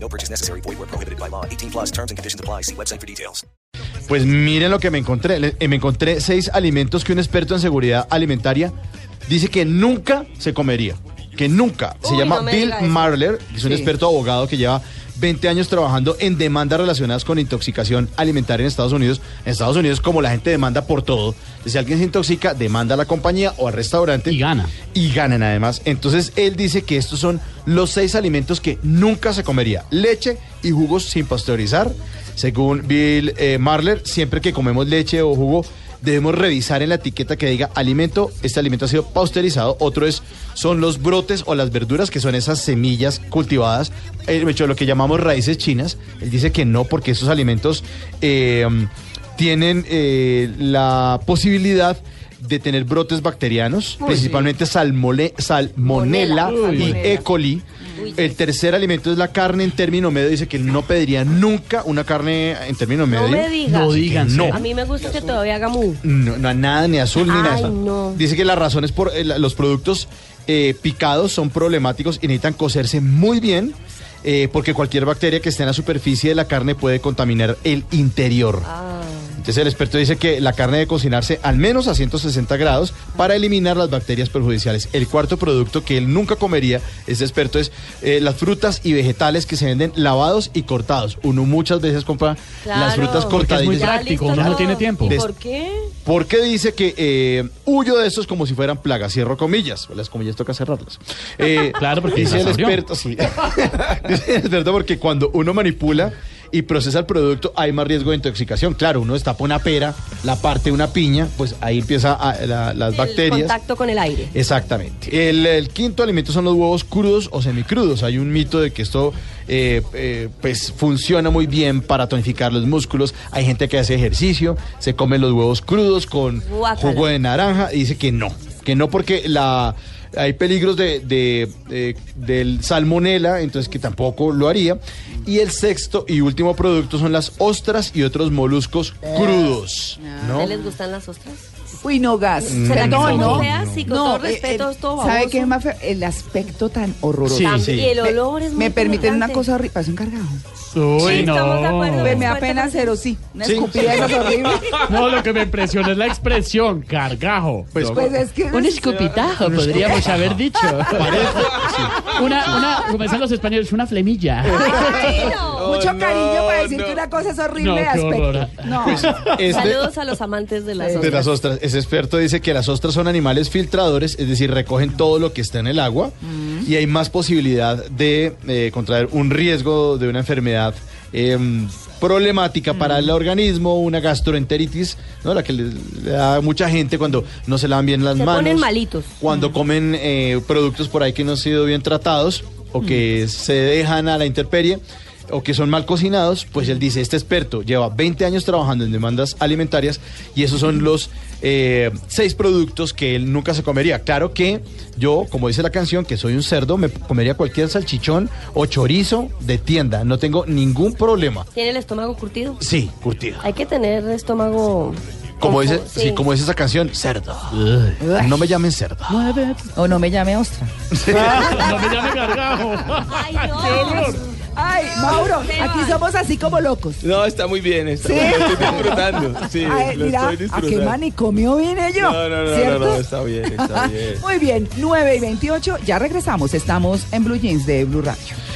No purchase necessary. Void where prohibited by law. 18 plus terms and conditions apply. See website for details. Pues miren lo que me encontré. Le- eh, Me encontré seis alimentos que un experto en seguridad alimentaria dice que nunca se comería. Que nunca. Se Uy, llama no me Bill diga eso. Marler, que es un Sí. experto abogado que lleva 20 años trabajando en demandas relacionadas con intoxicación alimentaria en Estados Unidos. En Estados Unidos, como la gente demanda por todo, si alguien se intoxica, demanda a la compañía o al restaurante. Y gana. Y ganan además. Entonces, él dice que estos son los seis alimentos que nunca se comería. Leche y jugos sin pasteurizar. Según Bill eh, Marler, siempre que comemos leche o jugo, debemos revisar en la etiqueta que diga alimento, este alimento ha sido pasteurizado. Otro es, son los brotes o las verduras, que son esas semillas cultivadas, eh, de hecho, lo que llamamos raíces chinas. Él dice que no, porque esos alimentos... eh, tienen eh, la posibilidad de tener brotes bacterianos, principalmente salmole- salmonella Monela, y salmonella. E. coli. Uy, El tercer alimento es la carne en término medio. Dice que no pediría nunca una carne en término medio. No me digas. No digan. No. A mí me gusta que todavía haga mu. No, no, nada, ni azul, ni nada. Ay, no. Dice que la razón es por eh, la- los productos eh, picados son problemáticos y necesitan cocerse muy bien. eh, porque cualquier bacteria que esté en la superficie de la carne puede contaminar el interior. Ah. Entonces el experto dice que la carne debe cocinarse al menos a 160 grados para eliminar las bacterias perjudiciales. El cuarto producto que él nunca comería, este experto, es eh, las frutas y vegetales que se venden lavados y cortados. Uno muchas veces compra las frutas Porque es cortadas. muy y dice, práctico, uno no tiene tiempo. ¿Y Des- por qué? porque dice que eh, huyo de estos como si fueran plagas. Cierro comillas. Las comillas toca cerrarlas. Eh, Claro, porque dice las el abrió. experto. Sí. dice el experto porque cuando uno manipula y procesa el producto hay más riesgo de intoxicación. Claro, uno destapa una pera, la parte de una piña, pues ahí empieza a- la- las El bacterias. contacto con el aire. Exactamente. El, el quinto alimento son los huevos crudos o semicrudos. Hay un mito de que esto eh, eh, pues funciona muy bien para tonificar los músculos. Hay gente que hace ejercicio, se come los huevos crudos con Guácala. jugo de naranja y dice que no, que no porque la hay peligros de, de- de- del salmonela, entonces que tampoco lo haría. Y el sexto y último producto son las ostras y otros moluscos crudos. ¿A ¿no? ustedes Eh, les gustan las ostras? Uy, no gas. ¿Será que Perdón, son no. muy feas? Y con No, todo eh, respeto, eh, es todo ¿Sabe baboso. qué es más feo? El aspecto tan horroroso. Sí, También- sí. Y el olor es muy Me permiten una penetrante. cosa horrible. Pasó encargado. Uy, Sí, estamos de acuerdo. Pues me no. Fuerte, da pena fuerte. cero, sí. Una Sí. escupida de esas horribles. No, lo que me impresiona es la expresión, gargajo. Pues, Pues es que. Un escupitajo, podríamos haber dicho. Una, una, como dicen los españoles, una flemilla. Eh. Ay, no. Mucho cariño para decir que una cosa es horrible No, de qué horror. aspecto. No. este- Saludos a los amantes de las De ostras. las ostras. Ese experto dice que las ostras son animales filtradores, es decir, recogen todo lo que está en el agua Mm. y hay más posibilidad de eh, contraer un riesgo de una enfermedad em, problemática Mm. para el organismo, una gastroenteritis, ¿no? la que le, le da a mucha gente cuando no se lavan bien las Se manos. ponen malitos. Cuando comen eh, productos por ahí que no han sido bien tratados o que se dejan a la intemperie o que son mal cocinados, pues él dice, este experto lleva 20 años trabajando en demandas alimentarias y esos son los eh, seis productos que él nunca se comería. Claro que yo, como dice la canción, que soy un cerdo, me comería cualquier salchichón o chorizo de tienda, no tengo ningún problema. ¿Tiene el estómago curtido? Sí, curtido. Hay que tener estómago... Como dice, Ojo, sí, como dice esa canción, cerdo. No me llamen cerdo. O no me llame ostra. No me llame gargajo. Ay, no. Ay, Mauro, aquí somos así como locos. No, está muy bien, está Sí. muy bien, estoy disfrutando. Sí, Ay, lo mira, estoy ¿a qué disfrutando. manicomio vine yo? No, no, no, ¿Cierto? no, no, está bien, está bien. Muy bien, 9 y 28, ya regresamos. Estamos en Blue Jeans de Blue Radio.